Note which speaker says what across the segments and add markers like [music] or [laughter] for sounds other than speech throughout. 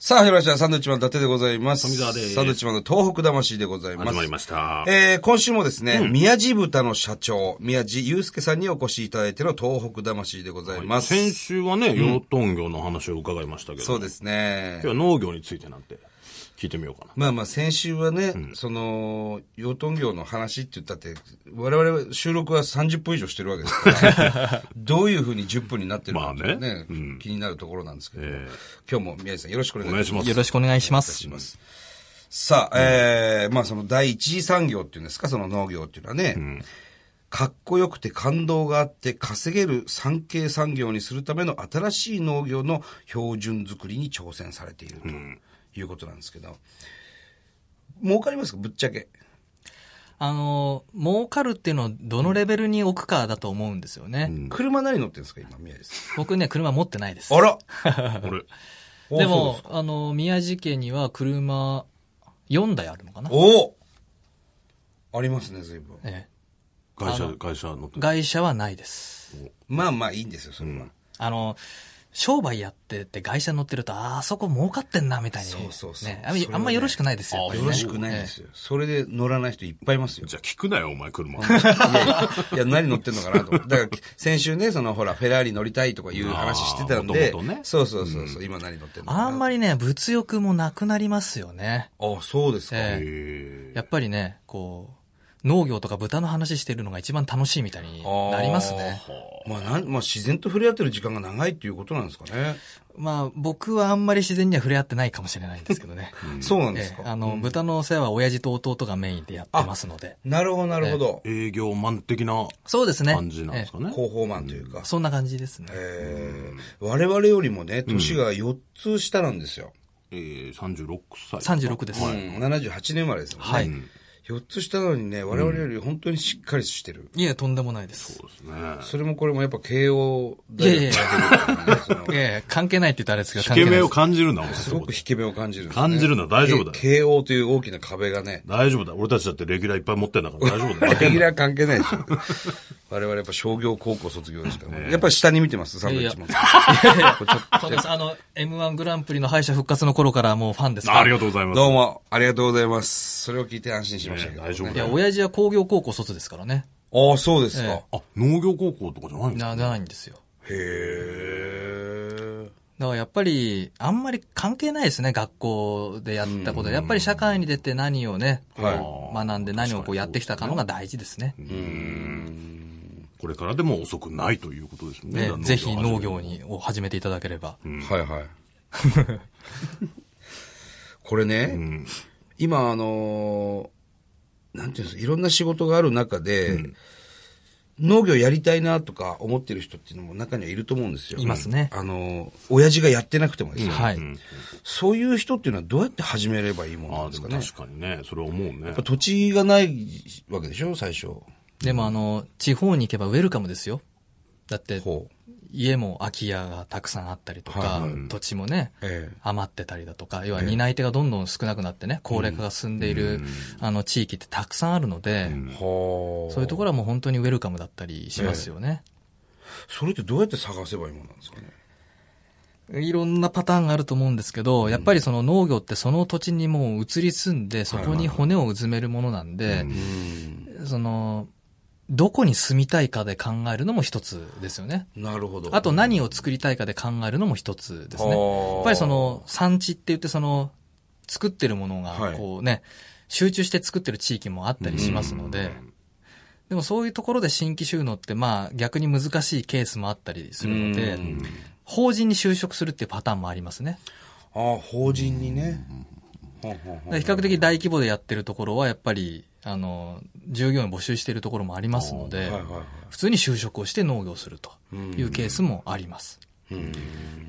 Speaker 1: さあ、始まりました。サンドウィッチマン伊達でございます。
Speaker 2: 富澤です
Speaker 1: サンドウィッチマンの東北魂でございます。
Speaker 2: 始まりました
Speaker 1: えー、今週もですね、宮地豚の社長、宮地祐介さんにお越しいただいての東北魂でございます。
Speaker 2: 先週はね、養豚業の話を伺いましたけど、
Speaker 1: そうですね。
Speaker 2: 今日は農業についてなんて聞いてみようかな。
Speaker 1: まあまあ、先週はね、その、養豚業の話って言ったって、我々は収録は30分以上してるわけです
Speaker 2: [laughs]
Speaker 1: から、どういうふうに10分になってるのかっていうのがね、
Speaker 2: まあねうん
Speaker 1: 気になるところなんですけど、
Speaker 2: え
Speaker 1: 今日も宮地さんよろしくお願
Speaker 2: お
Speaker 1: いし
Speaker 2: 願
Speaker 1: ます
Speaker 2: いし。ます
Speaker 3: よ。ろしくお願いします。
Speaker 1: さあ、えーまあその第一次産業っていうんですか、その農業っていうのはね、かっこよくて感動があって稼げる産経産業にするための新しい農業の標準作りに挑戦されているということなんですけど、儲かりますかぶっちゃけ。
Speaker 3: あの、儲かるっていうのをどのレベルに置くかだと思うんですよね。
Speaker 1: 車何乗ってるんですか今、宮地さ
Speaker 3: 僕ね、車持ってないです
Speaker 1: ん。。 [laughs] あら
Speaker 2: 俺、
Speaker 3: でも、あの、宮地家には車4台あるのかな
Speaker 1: おおありますね、随分。
Speaker 3: ええ。
Speaker 2: 会
Speaker 3: あ
Speaker 2: 社、
Speaker 3: の
Speaker 2: 会社乗ってる
Speaker 3: 外車はないです。
Speaker 1: まあまあいいんですよ、それは。
Speaker 3: あの、商売やってて外車乗ってると、あーあそこ儲かってんな、みたいに。
Speaker 1: そうそうそう
Speaker 3: ねあんまり
Speaker 1: それはね
Speaker 3: あんまよろしくないですよ。やっぱり
Speaker 1: よ
Speaker 3: ね
Speaker 1: ろしくないんですよ。それで乗らない人いっぱいいますよ。
Speaker 2: じゃあ聞くなよ、お前車。
Speaker 1: いや、何乗ってんのかなと思って。だから、先週ね、その、ほら、フェラーリ乗りたいとかいう話してたんで、
Speaker 2: あー元々ね
Speaker 1: そうそうそうそう、今何乗ってんのかな
Speaker 3: あんま
Speaker 1: り。
Speaker 3: りね、物欲もなくなりますよね。
Speaker 1: あ、そうですか。
Speaker 3: え
Speaker 2: え
Speaker 3: やっぱりね、こう、農業とか豚の話してるのが一番楽しいみたいになりますね。
Speaker 1: まあ、なん、まあ、自然と触れ合ってる時間が長いっていうことなんですかね。
Speaker 3: まあ、僕はあんまり自然には触れ合ってないかもしれないんですけどね。
Speaker 1: そうなんで
Speaker 3: え
Speaker 1: す
Speaker 3: え
Speaker 1: か。
Speaker 3: あの、豚のお世話は親父と弟がメインでやってますので。
Speaker 1: なるほど、なるほど。
Speaker 2: 営業マン的な
Speaker 3: そうですね。
Speaker 2: 感じなんですかね。
Speaker 1: 広報マンというか
Speaker 3: ええ。そんな感じですね。
Speaker 1: えー我々よりもね、年が4つ下なんですよ。
Speaker 2: えー、36歳。
Speaker 3: 36です。
Speaker 1: うん
Speaker 3: い、
Speaker 1: 78年生まれですもんね。
Speaker 3: はい
Speaker 1: 4つ下なのにね、我々より本当にしっかりしてる。
Speaker 3: え、とんでもないです
Speaker 2: そ。うですね。
Speaker 1: それもこれもやっぱ慶応
Speaker 3: いやいや
Speaker 1: 大
Speaker 3: い
Speaker 1: 学
Speaker 3: や
Speaker 1: その
Speaker 3: ええ、関係ないって言ったらあれですけど、
Speaker 2: 引け目を
Speaker 3: 関
Speaker 2: 感じるな、お前。
Speaker 1: すごく引け目を感じるんですね、
Speaker 2: 感じるな大丈夫だよ
Speaker 1: け慶応という大きな壁がね。
Speaker 2: 大丈夫だ。俺たちだってレギュラーいっぱい持ってんだから大丈夫だ
Speaker 1: レ [laughs]
Speaker 2: よ。負けん
Speaker 1: ギュ
Speaker 2: な
Speaker 1: ラー関係ないでし
Speaker 2: [laughs]
Speaker 1: ょ。我々やっぱ商業高校卒業ですから、やっぱり下に見てます、サンドウィッチマン。
Speaker 3: 係ないです。あの、M1 グランプリの敗者復活の頃からもうファンですから。
Speaker 2: ありがとうございます。
Speaker 1: どうも、ありがとうございます。それを聞いて安心しましたけど、
Speaker 2: ね大丈夫
Speaker 3: いや、親父は工業高校卒ですからね。
Speaker 1: ああ、そうですか。
Speaker 3: え
Speaker 2: あ、農業高校とかじゃないんですか
Speaker 3: な、じゃないんですよ。
Speaker 1: へえ。
Speaker 3: だからやっぱり、あんまり関係ないですね、学校でやったことで。やっぱり社会に出て何をね、こう
Speaker 2: はい
Speaker 3: 学んで何をこうやってきたかのが大事ですね。
Speaker 2: これからでも遅くないということですね。
Speaker 3: ね
Speaker 2: だから
Speaker 3: ぜひ農業にを始めていただければ。
Speaker 1: はいはい。 [laughs] これね、今あのーなんていうんですか、いろんな仕事がある中で、農業やりたいなとか思ってる人っていうのも中にはいると思うんですよ。
Speaker 3: いますね
Speaker 1: あのー親父がやってなくてもですよ、
Speaker 3: はい。
Speaker 1: そういう人っていうのはどうやって始めればいいもの
Speaker 2: あ
Speaker 1: な
Speaker 2: あ、
Speaker 1: んで
Speaker 2: です
Speaker 1: か
Speaker 2: も
Speaker 1: ね。や
Speaker 2: 確かにね、それは思うね
Speaker 1: っぱ。土地がないわけでしょ、最初。
Speaker 3: でもあの、地方に行けばウェルカムですよ。だって、
Speaker 1: ほう。
Speaker 3: 家も空き家がたくさんあったりとか、土地もね、
Speaker 1: ええ
Speaker 3: 余ってたりだとか、要は担い手がどんどん少なくなってね、高齢化が進んでいる、あの、地域ってたくさんあるので、
Speaker 1: はあ。
Speaker 3: そういうところはもう本当にウェルカムだったりしますよね。
Speaker 1: それってどうやって探せばいいものなんですかね。
Speaker 3: いろんなパターンがあると思うんですけど、やっぱりその農業ってその土地にもう移り住んで、そこに骨をうずめるものなんで、その、どこに住みたいかで考えるのも一つですよね。
Speaker 1: なるほど。
Speaker 3: あと何を作りたいかで考えるのも一つですね。
Speaker 1: あー
Speaker 3: やっぱりその産地って言ってその作ってるもの
Speaker 1: は
Speaker 3: が
Speaker 1: い
Speaker 3: こうね、集中して作ってる地域もあったりしますので、でもそういうところで新規収納ってまあ逆に難しいケースもあったりするので、法人に就職するっていうパターンもありますね。
Speaker 1: ああ、法人にね。ほんほんほん
Speaker 3: だから比較的大規模でやってるところはやっぱり、あの、従業員募集しているところもありますので、
Speaker 1: はいはいはい。
Speaker 3: 普通に就職をして農業をするというケースもあります。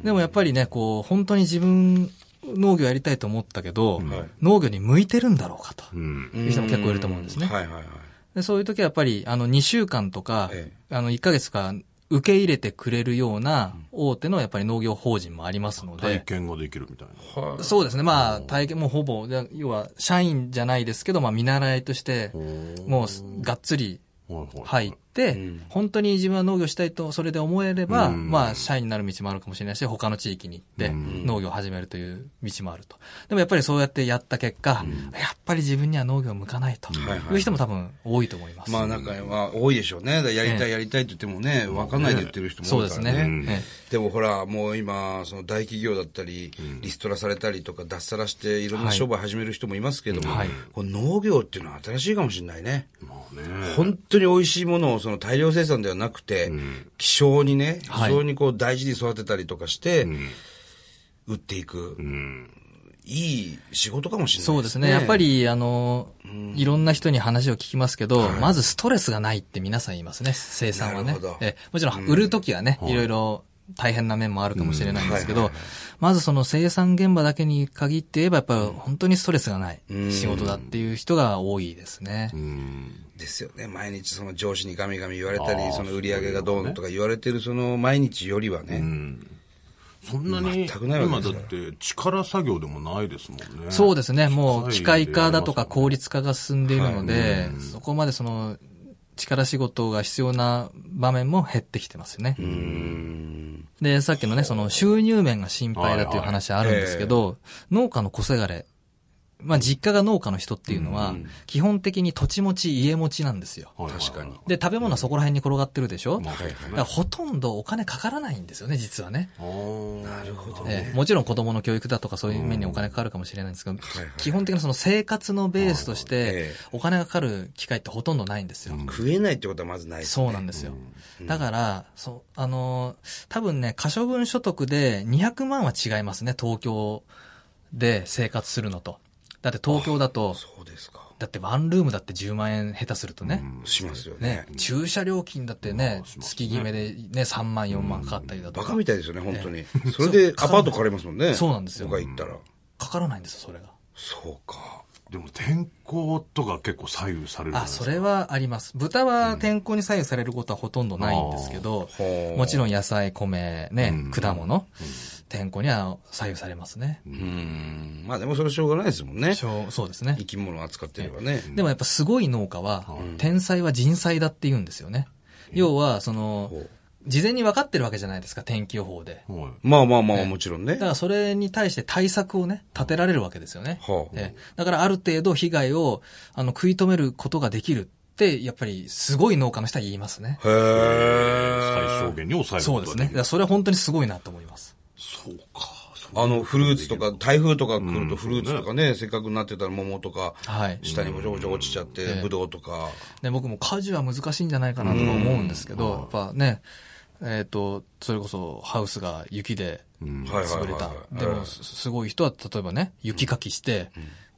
Speaker 3: でもやっぱりね、こう、本当に自分、農業やりたいと思ったけど、農業に向いてるんだろうかと。
Speaker 2: うん。
Speaker 3: いう人も結構いると思うんですね。
Speaker 1: はいはいはい。
Speaker 3: でそういう時はやっぱり、あの、2週間とか、
Speaker 1: え
Speaker 3: あの、1ヶ月か、受け入れてくれるような大手のやっぱり農業法人もありますの
Speaker 2: 体
Speaker 3: で、
Speaker 2: 験ができるみたいな。
Speaker 3: そうですね。まあ、体験もうほぼ、じゃ要は、社員じゃないですけど、まあ、見習いとして、もう、がっつり
Speaker 2: はいはい。
Speaker 3: 入っって、
Speaker 1: うん
Speaker 3: 本当に自分は農業したいと、それで思えれば、
Speaker 2: うん
Speaker 3: まあ、社員になる道もあるかもしれないし、他の地域に行って、
Speaker 2: うん
Speaker 3: 農業を始めるという道もあると。でもやっぱりそうやってやった結果、やっぱり自分には農業向かないと
Speaker 1: はいはい
Speaker 3: いう人も多分多いと思います。
Speaker 1: まあ中には多いでしょうね。だからやりた
Speaker 3: え
Speaker 1: い
Speaker 3: え
Speaker 1: やりたいって言ってもね、わかんないで言ってる人も
Speaker 3: そ
Speaker 1: 多
Speaker 3: うで
Speaker 1: いか
Speaker 3: す
Speaker 1: ら
Speaker 3: ね。
Speaker 1: ね。
Speaker 2: ん
Speaker 3: え
Speaker 1: でもほら、もう今、その大企業だったり、リストラされたりとか、脱サラして、いろんな商売始める人もいますけども、
Speaker 3: はい
Speaker 1: この農業っていうのは新しいかもしれないね。
Speaker 2: まあね。
Speaker 1: 本当に美味しいものをその大量生産ではなくて、希少にね、非
Speaker 3: はい
Speaker 1: 常にこう大事に育てたりとかして、
Speaker 2: ん
Speaker 1: 売っていく、
Speaker 2: うん。
Speaker 1: いい仕事かもし
Speaker 3: え
Speaker 1: れない
Speaker 3: そうですね。やっぱ、り、あの、いろんな人に話を聞きますけど、まずストレスがないって皆さん言いますね、生産
Speaker 1: な
Speaker 3: は
Speaker 1: る
Speaker 3: ね
Speaker 1: ほど。
Speaker 3: ええもちろん、売るときはね、いろいろ大変な面もあるかもしれないんですけど、まずその生産現場だけに限って言えば、やっぱり本当にストレスがない仕事だっていう人が多いですね。
Speaker 2: うん。
Speaker 1: ですよね。毎日その上司にガミガミ言われた
Speaker 2: あ
Speaker 1: り、
Speaker 2: ー
Speaker 1: その売り上げがどうのとか言われてるその毎日よりはね、
Speaker 2: そんな
Speaker 1: 全
Speaker 2: に、
Speaker 1: くないわけ
Speaker 2: 今
Speaker 1: です
Speaker 2: だっ
Speaker 1: から
Speaker 2: て力作業でもないですもんね。
Speaker 3: そうですね。もう機
Speaker 2: 機
Speaker 3: 械
Speaker 2: 械
Speaker 3: 化だとか
Speaker 2: でやりますもん
Speaker 3: 効率化が進んでいるので、そこまでその力仕事が必要な場面も減ってきてますよね。で、さっきのね、その収入面が心配だっていう話あるんですけど、農家の小せがれ、まあ実家が農家の人っていうのは、基本的に土地持ち、家持ちなんですよ。
Speaker 2: はいはいはい
Speaker 1: 確かに。
Speaker 3: で、食べ物はそこら辺に転がってるでしょ、
Speaker 2: まあ、
Speaker 3: だ
Speaker 2: そうですね
Speaker 3: からほとんどお金かからないんですよね、実はね。
Speaker 2: あー
Speaker 1: なるほどね。
Speaker 3: ええもちろん子供の教育だとかそういう面にお金かかるかもしれないんですけど、
Speaker 1: はいはい
Speaker 3: 基本的なその生活のベースとし
Speaker 1: いはいえ
Speaker 3: て
Speaker 1: え、
Speaker 3: お金がかかる機会ってほとんどないんですよ。
Speaker 1: 食えないってことはまずないですね
Speaker 3: そうなんですよ。だから、そう、あのー多分ね、可処分所得で200万は違いますね、東京で生活するのと。だって東京だと、
Speaker 1: そうですか。
Speaker 3: だってワンルームだって10万円下手するとね、
Speaker 1: しますよね
Speaker 3: ね、駐車料金だってね、月決めでね、3万4万かかったりだと
Speaker 1: バ
Speaker 3: か。
Speaker 1: カみたいですよね、本当に
Speaker 3: え。
Speaker 1: それでアパート借りますもんね。
Speaker 3: そうなんですよ
Speaker 1: 僕が行ったら。
Speaker 3: かからないんですよ、それが。
Speaker 1: そうか。
Speaker 2: でも天候とか結構左右されるじゃない
Speaker 3: あ、
Speaker 2: です
Speaker 3: そ
Speaker 2: か。
Speaker 3: れはあります。豚は天候に左右されることはほとんどないんですけど
Speaker 1: あーほ、う
Speaker 3: もちろん野菜、米、ね、
Speaker 2: うん
Speaker 3: 果物、天候には左右されますね。
Speaker 1: うん。まあでもそれはしょうがないですもんね。
Speaker 3: そうそうですね
Speaker 1: 生。き物を扱ってればね。
Speaker 3: でもやっぱすごい農家は、天才は人災だって言うんですよね。要は、その
Speaker 1: ほう、
Speaker 3: 事前に分かってるわけじゃないですか、天気予報で。
Speaker 2: はい。
Speaker 1: まあまあまあ、もちろんね
Speaker 3: だか。らそれに対して対策をね、立てられるわけですよね。
Speaker 1: はあ
Speaker 3: ええだからある程度被害をあの食い止めることができるって、やっぱりすごい農家の人は言いますね。
Speaker 1: へえ。
Speaker 2: 最小限に抑える
Speaker 3: そう
Speaker 2: こ
Speaker 3: で
Speaker 2: と
Speaker 3: す
Speaker 2: ができ
Speaker 3: ね。だか
Speaker 2: る
Speaker 3: らそれは本当にすごいなと思います。
Speaker 2: そうか。そう
Speaker 1: あの、フルーツとか、台風とか来る
Speaker 2: う
Speaker 1: と
Speaker 2: ん
Speaker 1: フルーツとかね、せっかくなってたら桃とか、
Speaker 3: はい。
Speaker 1: 下にごちょごちょ落ちちゃって
Speaker 3: ええ、
Speaker 1: ブドウとか。
Speaker 3: で、僕も果樹は難しいんじゃないかなとか思うんですけど、やっぱね、えっ、と、それこそハウスが雪で
Speaker 1: はいはい
Speaker 3: 潰
Speaker 1: はい
Speaker 3: れた
Speaker 1: は。い。
Speaker 3: で
Speaker 1: え
Speaker 3: も、すすごい人は例えばね、雪かきして、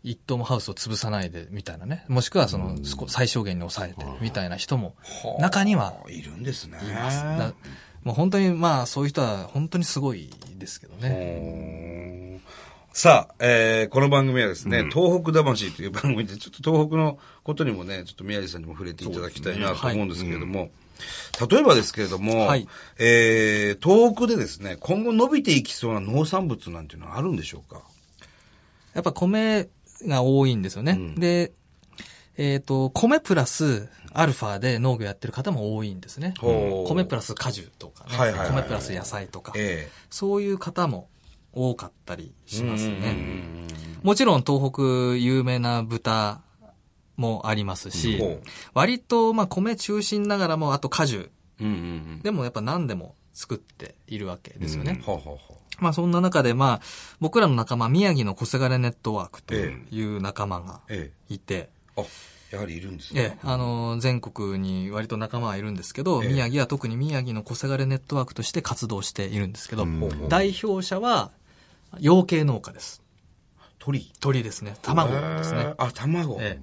Speaker 3: 一棟もハウスを潰さないで、みたいなね。もしくは、その、少最小限に抑えて、みたいな人も、中には
Speaker 1: えいるんですね。
Speaker 3: だもう本当に、まあ、そういう人は本当にすごいですけどね。
Speaker 1: さあ、えーこの番組はですね、東北魂という番組で、ちょっと東北のことにもね、ちょっと宮地さんにも触れていただきたいなと思うんですけれども、例えばですけれども、
Speaker 3: はい
Speaker 1: えー東北でですね、今後伸びていきそうな農産物なんていうのはあるんでしょうか
Speaker 3: やっぱ米が多いんですよね。で、えっ、と、米プラスアルファで農業やってる方も多いんですね。
Speaker 1: ほう
Speaker 3: 米プラス果樹とかね、
Speaker 1: はいはいはい
Speaker 3: 米プラス野菜とか、
Speaker 1: え
Speaker 3: そういう方も多かったりします
Speaker 1: え
Speaker 3: ね。もちろん東北有名な豚もありますし、
Speaker 1: ほう
Speaker 3: 割とまあ米中心ながらも、あと果樹、
Speaker 1: うんうんうん。
Speaker 3: でもやっぱ何でも作っているわけですよね。
Speaker 1: ほうほうほ
Speaker 3: まあそんな中でまあ、僕らの仲間、宮城の小せがれネットワークと
Speaker 1: え
Speaker 3: いう仲間が
Speaker 1: え
Speaker 3: いて、
Speaker 1: う。あ、やはりいるんです
Speaker 3: ええ
Speaker 1: ね。、
Speaker 3: あの、全国に割と仲間はいるんですけど、
Speaker 1: ええ
Speaker 3: 宮城は特に宮城の小せがれネットワークとして活動しているんですけど、
Speaker 2: うん
Speaker 3: 代表者は、養鶏農家です。
Speaker 1: 鳥。
Speaker 3: 鳥ですね。卵です
Speaker 1: へ
Speaker 3: ね
Speaker 1: ー。あ、卵。
Speaker 3: え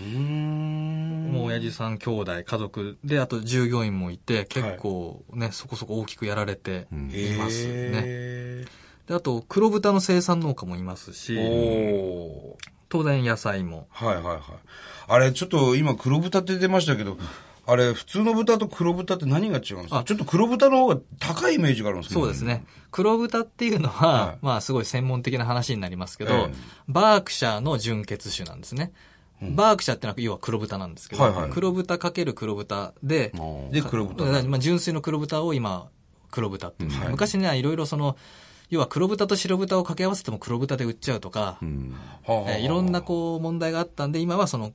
Speaker 1: うーん
Speaker 3: え、もう親父さん、兄弟、家族で、あと従業員もいて、結構ね、そこそこ大きくやられていますね。
Speaker 1: へ
Speaker 3: で、あと、黒豚の生産農家もいます
Speaker 1: ー
Speaker 3: し、
Speaker 1: おー。
Speaker 3: 当然野菜も。
Speaker 1: はいはいはい。あれ、ちょっと今黒豚って出ましたけど、あれ、普通の豚と黒豚って何が違うんですか
Speaker 3: あ
Speaker 1: ちょっと黒豚の方が高いイメージがあるんですけど。
Speaker 3: そうですね。黒豚っていうのは、
Speaker 1: はい
Speaker 3: まあすごい専門的な話になりますけど、
Speaker 1: ええ
Speaker 3: バークシャーの純血種なんですね。バークシャーってのは要は黒豚なんですけど、
Speaker 1: はいはい
Speaker 3: 黒豚かける黒豚で、
Speaker 1: で、黒豚。
Speaker 3: だからまあ、純粋の黒豚を今、黒豚って言うんですけど、
Speaker 1: はい
Speaker 3: 昔ね、いろいろその、要は黒豚と白豚を掛け合わせても黒豚で売っちゃうとか、
Speaker 2: うん
Speaker 1: はあ
Speaker 3: えーいろんなこう問題があったんで、今はその、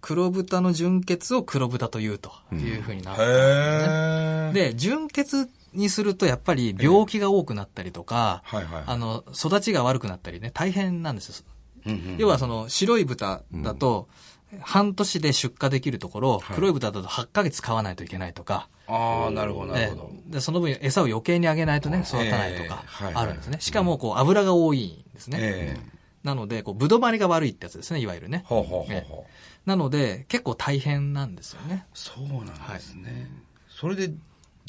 Speaker 3: 黒豚の純血を黒豚というというふうになったんですね、
Speaker 1: へえ。、
Speaker 3: で、純血にするとやっぱり病気が多くなったりとか、
Speaker 1: はいはい。
Speaker 3: あの、育ちが悪くなったりね、大変なんですよ。
Speaker 1: うんうん
Speaker 3: 要はその白い豚だと、半年で出荷できるところ、
Speaker 1: はい
Speaker 3: 黒い豚だと8ヶ月飼わないといけないとか、
Speaker 1: ああ、なるほど、なるほど。
Speaker 3: ええでその分餌を余計にあげないとね、育たないとか
Speaker 1: ええはい、
Speaker 3: あるんですね。しかもこう油が多いんですね。
Speaker 1: ええ。
Speaker 3: なので、こう、ぶどまりが悪いってやつですね、いわゆるね。
Speaker 1: ほうほうほう
Speaker 3: ええ
Speaker 1: ほう。
Speaker 3: なので、結構大変なんですよね。
Speaker 1: そうなんですね。それで、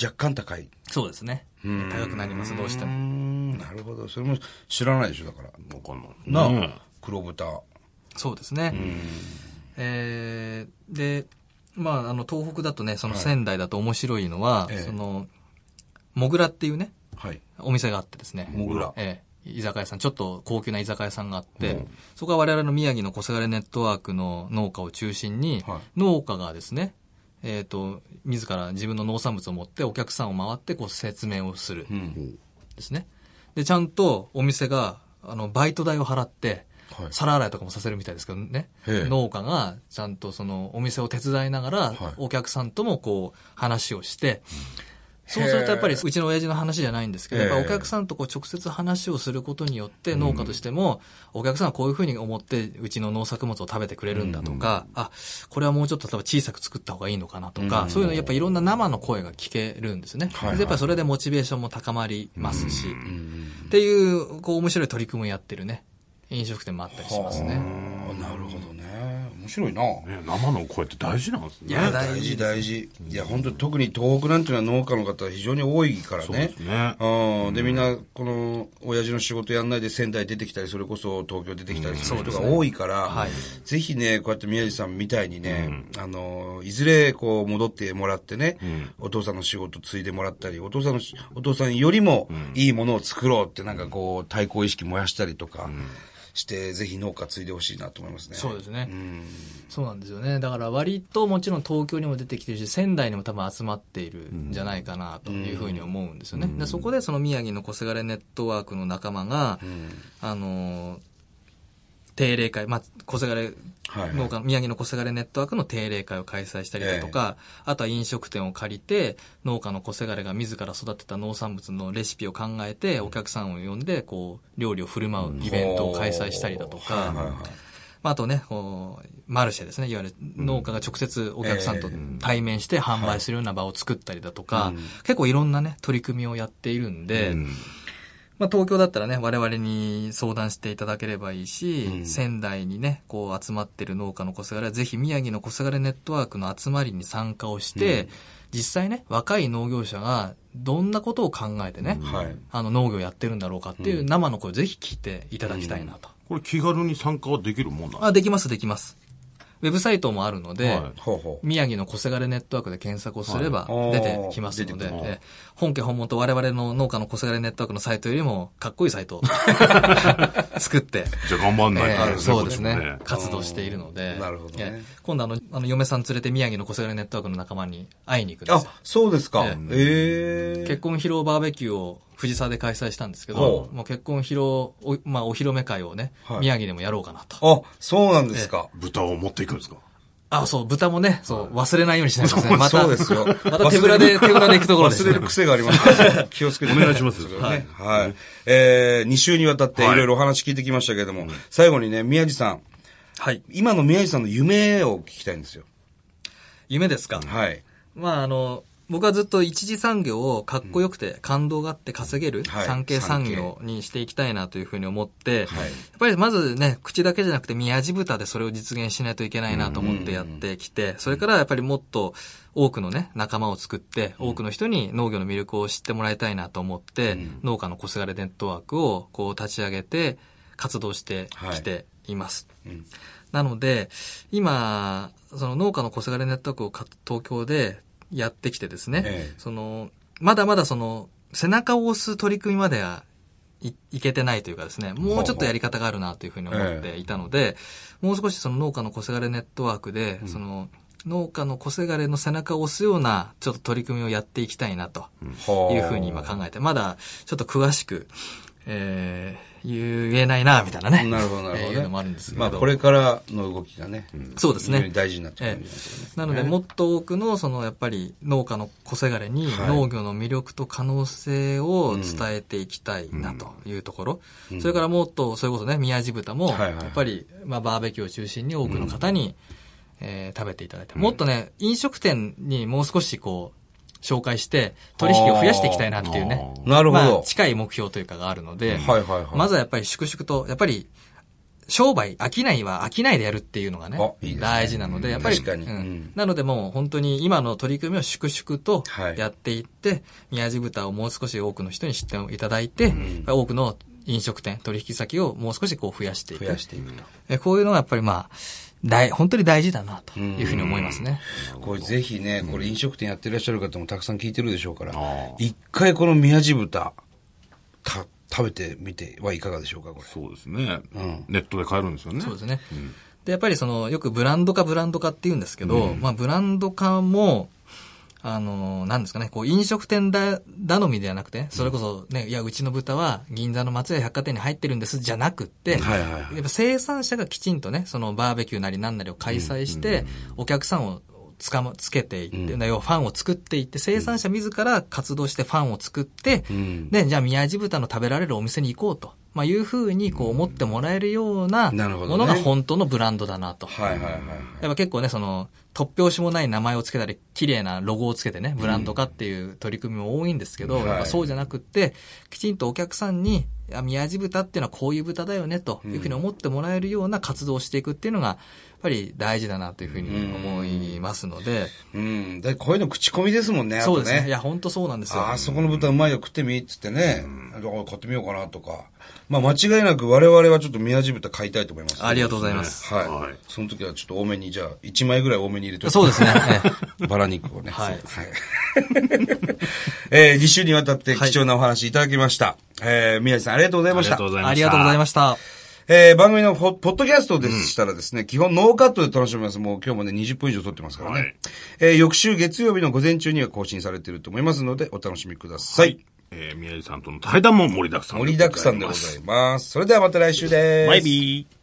Speaker 1: 若干高い。
Speaker 3: そうですね。
Speaker 1: うん
Speaker 3: 高くなります、どうして
Speaker 1: うー
Speaker 3: も。
Speaker 1: ん、なるほど。それも知らないでしょ、だから。
Speaker 2: わかんない。
Speaker 1: なあ、
Speaker 2: ね
Speaker 1: 黒豚。
Speaker 3: そうですね。えーで、まあ、あの、東北だとね、その
Speaker 1: はい
Speaker 3: 仙台だと面白いのは、
Speaker 1: ええ
Speaker 3: その、モグラっていうね、
Speaker 1: はい。
Speaker 3: お店があってですね。
Speaker 1: モグラ。
Speaker 3: ええ居酒屋さん、ちょっと高級な居酒屋さんがあって、そこは我々の宮城の小せがれネットワークの農家を中心に、
Speaker 1: は
Speaker 3: 農家がですね、えっ、と、自ら自分の農産物を持ってお客さんを回ってこう説明をするん
Speaker 1: うん。
Speaker 3: ですね。で、ちゃんとお店が、あの、バイト代を払って、
Speaker 1: はい。
Speaker 3: 皿洗いとかもさせるみたいですけどね。
Speaker 1: ええ
Speaker 3: 農家がちゃんとそのお店を手伝いながら
Speaker 1: はい、
Speaker 3: お客さんともこう話をして、そうするとやっぱりうちの親父の話じゃないんですけど、
Speaker 1: ええ
Speaker 3: やっぱお客さんとこう直接話をすることによって農家としても、お客さんはこういうふうに思ってうちの農作物を食べてくれるんだとか、あ、これはもうちょっと例えば小さく作った方がいいのかなとか、そういうのやっぱいろんな生の声が聞けるんですね
Speaker 1: はいは。い
Speaker 3: でやっぱりそれでモチベーションも高まりますし、
Speaker 1: うん
Speaker 3: っていう、こう、面白い取り組みをやってるね、飲食店もあったりしますね。
Speaker 1: あーなるほどね。面白いな。
Speaker 2: ね生の声って大事なんです
Speaker 3: い
Speaker 2: ね。
Speaker 3: や、
Speaker 1: 大
Speaker 3: 大事
Speaker 1: 事大事。いや、本当に特に東北なんていうのは農家の方非常に多いからね。
Speaker 2: そうですね。
Speaker 1: うん、で、みんな、この、親父の仕事やんないで仙台出てきたり、それこそ東京出てきたりする人が多いから、
Speaker 3: はい
Speaker 1: ぜひね、こうやって宮治さんみたいにね、あの、いずれ、こう、戻ってもらってね、お父さんの仕事継いでもらったり、お父さんのし、お父さんよりもいいものを作ろうって、なんかこう、対抗意識燃やしたりとかして、ぜひ農家継いでほしいなと思いますね。
Speaker 3: そうですね
Speaker 1: う。ん。
Speaker 3: そうなんですよね。だから割ともちろん東京にも出てきてるし、仙台にも多分集まっているんじゃないかなというふうに思うんですよね。でそこでその宮城の小せがれネットワークの仲間が、あのー、定例会、まあ、小せがれ、
Speaker 1: はい
Speaker 3: 農家の宮城の小せがれネットワークの定例会を開催したりだとか、あとは飲食店を借りて、農家の小せがれが自ら育てた農産物のレシピを考えて、お客さんを呼んで、こう、料理を振る舞うイベントを開催したりだとか、
Speaker 1: はいはいはい
Speaker 3: まあ、あとね、こうマルシェですね。いわゆる農家が直接お客さんと対面して販売するような場を作ったりだとか、結構いろんなね、取り組みをやっているんで、まあ、東京だったらね、我々に相談していただければいいし、仙台にね、こう集まってる農家の小せがれは、ぜひ宮城の小せがれネットワークの集まりに参加をして、実際ね、若い農業者がどんなことを考えてね、
Speaker 1: はい。
Speaker 3: あの農業やってるんだろうかっていう生の声をぜひ聞いていただきたいなと。
Speaker 2: これ気軽に参加はできるもんなんで
Speaker 3: あ、できます、できます。ウェブサイトもあるので、
Speaker 2: はい
Speaker 1: ほうほう。
Speaker 3: 宮城の小せがれネットワークで検索をすれば
Speaker 1: はい
Speaker 3: 出てきますので、
Speaker 1: あー出てくる
Speaker 3: え本家本元我々の農家の小せがれネットワークのサイトよりもかっこいいサ
Speaker 1: [laughs]
Speaker 3: イトを作って、
Speaker 2: すよ。じゃあ頑張んないと、
Speaker 3: えーそうです
Speaker 2: こっちも
Speaker 3: ね。活動しているので
Speaker 1: う、んなるほどね
Speaker 3: え今度あの、あの嫁さん連れて宮城の小せがれネットワークの仲間に会いに行くんですよ
Speaker 1: あ、そうですか。
Speaker 3: え
Speaker 1: ええ
Speaker 3: 結婚披露バーベキューを藤沢で開催したんですけ
Speaker 1: ほ
Speaker 3: ど、もう結婚披露お、まあお披露目会をね、
Speaker 1: はい
Speaker 3: 宮城でもやろうかなと。
Speaker 1: あ、そうなんですか。
Speaker 2: 豚を持っていくんですか
Speaker 3: あ、そう、豚もね、そう、忘れないようにしないとですね。ま
Speaker 1: [laughs]
Speaker 3: た、
Speaker 1: そうですよ
Speaker 3: また手ぶらで、手ぶらで行くところです
Speaker 1: 忘れ
Speaker 3: ね、
Speaker 1: る癖があります
Speaker 3: [laughs]
Speaker 1: から、気をつけて
Speaker 2: お願いします
Speaker 1: ねはい。はい。えー、2週にわたっていろいろお話聞いてきましたけれども、最後にね、宮地さん、
Speaker 3: はい。
Speaker 1: 今の宮地さんの夢を聞きたいんですよ。
Speaker 3: 夢ですか。
Speaker 1: はい。
Speaker 3: まあ、あの、僕はずっと一次産業をかっこよくて感動があって稼げる
Speaker 1: はい
Speaker 3: 産経産業にしていきたいなというふうに思って、
Speaker 1: はい
Speaker 3: やっぱりまずね、口だけじゃなくて宮地豚でそれを実現しないといけないなと思ってやってきて、それからやっぱりもっと多くのね、仲間を作って、多くの人に農業の魅力を知ってもらいたいなと思って、農家のこすがれネットワークをこう立ち上げて活動してきています。
Speaker 1: うん
Speaker 3: なので、今、その農家の小せがれネットワークをか東京でやってきてですね、
Speaker 1: ええ
Speaker 3: その、まだまだその、背中を押す取り組みまではいいけてないというかですね、もうちょっとやり方があるなというふうに思っていたので、もう少しその農家の小せがれネットワークで、その農家の小せがれの背中を押すようなちょっと取り組みをやっていきたいなというふうに今考えて、まだちょっと詳しく、えー、言えないな、みたいなね。
Speaker 1: なるほど、なる
Speaker 3: えー
Speaker 1: ほ
Speaker 3: いう
Speaker 1: ど、
Speaker 3: のもあ
Speaker 1: ね。
Speaker 3: るんですけど。
Speaker 1: まあ、これからの動きがね、
Speaker 3: そうです
Speaker 1: 非常に
Speaker 3: ね。
Speaker 1: 大事になってくるん
Speaker 3: え
Speaker 1: じゃないですかね。
Speaker 3: えなので、もっと多くの、その、やっぱり、農家の小せがれに、
Speaker 1: はい
Speaker 3: 農業の魅力と可能性を伝えていきたいなというところ。それからもっと、それこそね、宮地豚も、
Speaker 1: はいはいは
Speaker 3: や
Speaker 1: い
Speaker 3: っぱり、まあ、バーベキューを中心に多くの方に、えー食べていただいて、もっとね、飲食店にもう少し、こう、紹介して、取引を増やしていきたいなっていうね。
Speaker 2: あー
Speaker 1: なるほど。
Speaker 3: まあ、近い目標というかがあるので、
Speaker 1: はいはいはい。
Speaker 3: まずはやっぱり粛々と、やっぱり、商売、飽きないは飽きないでやるっていうのがね
Speaker 1: あ、いいですね
Speaker 3: 大事なので、やっぱり、
Speaker 1: 確かに
Speaker 3: うん
Speaker 1: うん
Speaker 3: なのでもう本当に今の取り組みを粛々と
Speaker 1: はい
Speaker 3: やっていって、宮地豚をもう少し多くの人に知っていただいて、多くの飲食店、取引先をもう少しこう増やしていく。
Speaker 1: 増やしていくと。
Speaker 3: えこういうのがやっぱりまあ、大、本当に大事だなというふうに思いますね。
Speaker 1: これぜひね、これ飲食店やってらっしゃる方もたくさん聞いてるでしょうから
Speaker 2: あ、
Speaker 1: 一回この宮地豚、た、食べてみてはいかがでしょうか、これ。
Speaker 2: そうですね、
Speaker 1: ん
Speaker 2: ネットで買えるんですよね。
Speaker 3: そうですね。で、やっぱりその、よくブランド化ブランド化って言うんですけど、まあブランド化も、あの、なんですかね、こう飲食店だ、頼みではなくて、それこそね、いや、うちの豚は銀座の松屋百貨店に入ってるんです、じゃなくって、
Speaker 1: はいはいはい
Speaker 3: やっぱ生産者がきちんとね、そのバーベキューなりなんなりを開催して、お客さんをつかま、つけていって、要はファンを作っていって、生産者自ら活動してファンを作って、
Speaker 1: ん
Speaker 3: で、じゃあ宮地豚の食べられるお店に行こうと。まあいうふうにこう思ってもらえるような
Speaker 1: なるほどね
Speaker 3: ものが本当のブランドだなと。
Speaker 1: はいはいはいはい。
Speaker 3: やっぱ結構ね、その、突拍子もない名前をつけたり、綺麗なロゴをつけてね、ブランド化っていう取り組みも多いんですけど、
Speaker 1: はい
Speaker 3: やっぱそうじゃなくって、きちんとお客さんに、いや宮地豚っていうのはこういう豚だよね、というふうに思ってもらえるような活動をしていくっていうのが、やっぱり大事だなというふうに思いますので、
Speaker 1: うん。だってこういうの口コミですもんね、あ
Speaker 3: そう
Speaker 1: と
Speaker 3: ですね。い
Speaker 1: ね。
Speaker 3: や、本当そうなんですよ。
Speaker 1: あそこの豚うまいよ食ってみっつってね。だから買ってみようかなとか。まあ間違いなく我々はちょっと宮地豚買いたいと思います。
Speaker 3: ありがとうございます。
Speaker 1: はい。
Speaker 2: はい
Speaker 1: その時はちょっと多めに、じゃあ1枚ぐらい多めに入れといて。
Speaker 3: そうですね。え
Speaker 1: [laughs]
Speaker 3: え
Speaker 1: バラ肉をね。 [laughs]
Speaker 3: はい
Speaker 1: そうですねえー、2週にわたって貴重なお話いただきました。えー、宮地さんありがとうございました。
Speaker 2: ありがとうございました
Speaker 3: [laughs] ありがとうございました。
Speaker 1: えー、番組のポポッドキャストでしたらですね、基本ノーカットで楽しめます。もう今日もね、20分以上撮ってますからね。
Speaker 2: はい
Speaker 1: えー、翌週月曜日の午前中には更新されていると思いますので、お楽しみください。
Speaker 2: えー宮地さんとの対談も盛りだくさん
Speaker 1: 盛りだくさんでございます。それではまた来週です。
Speaker 2: バイビー。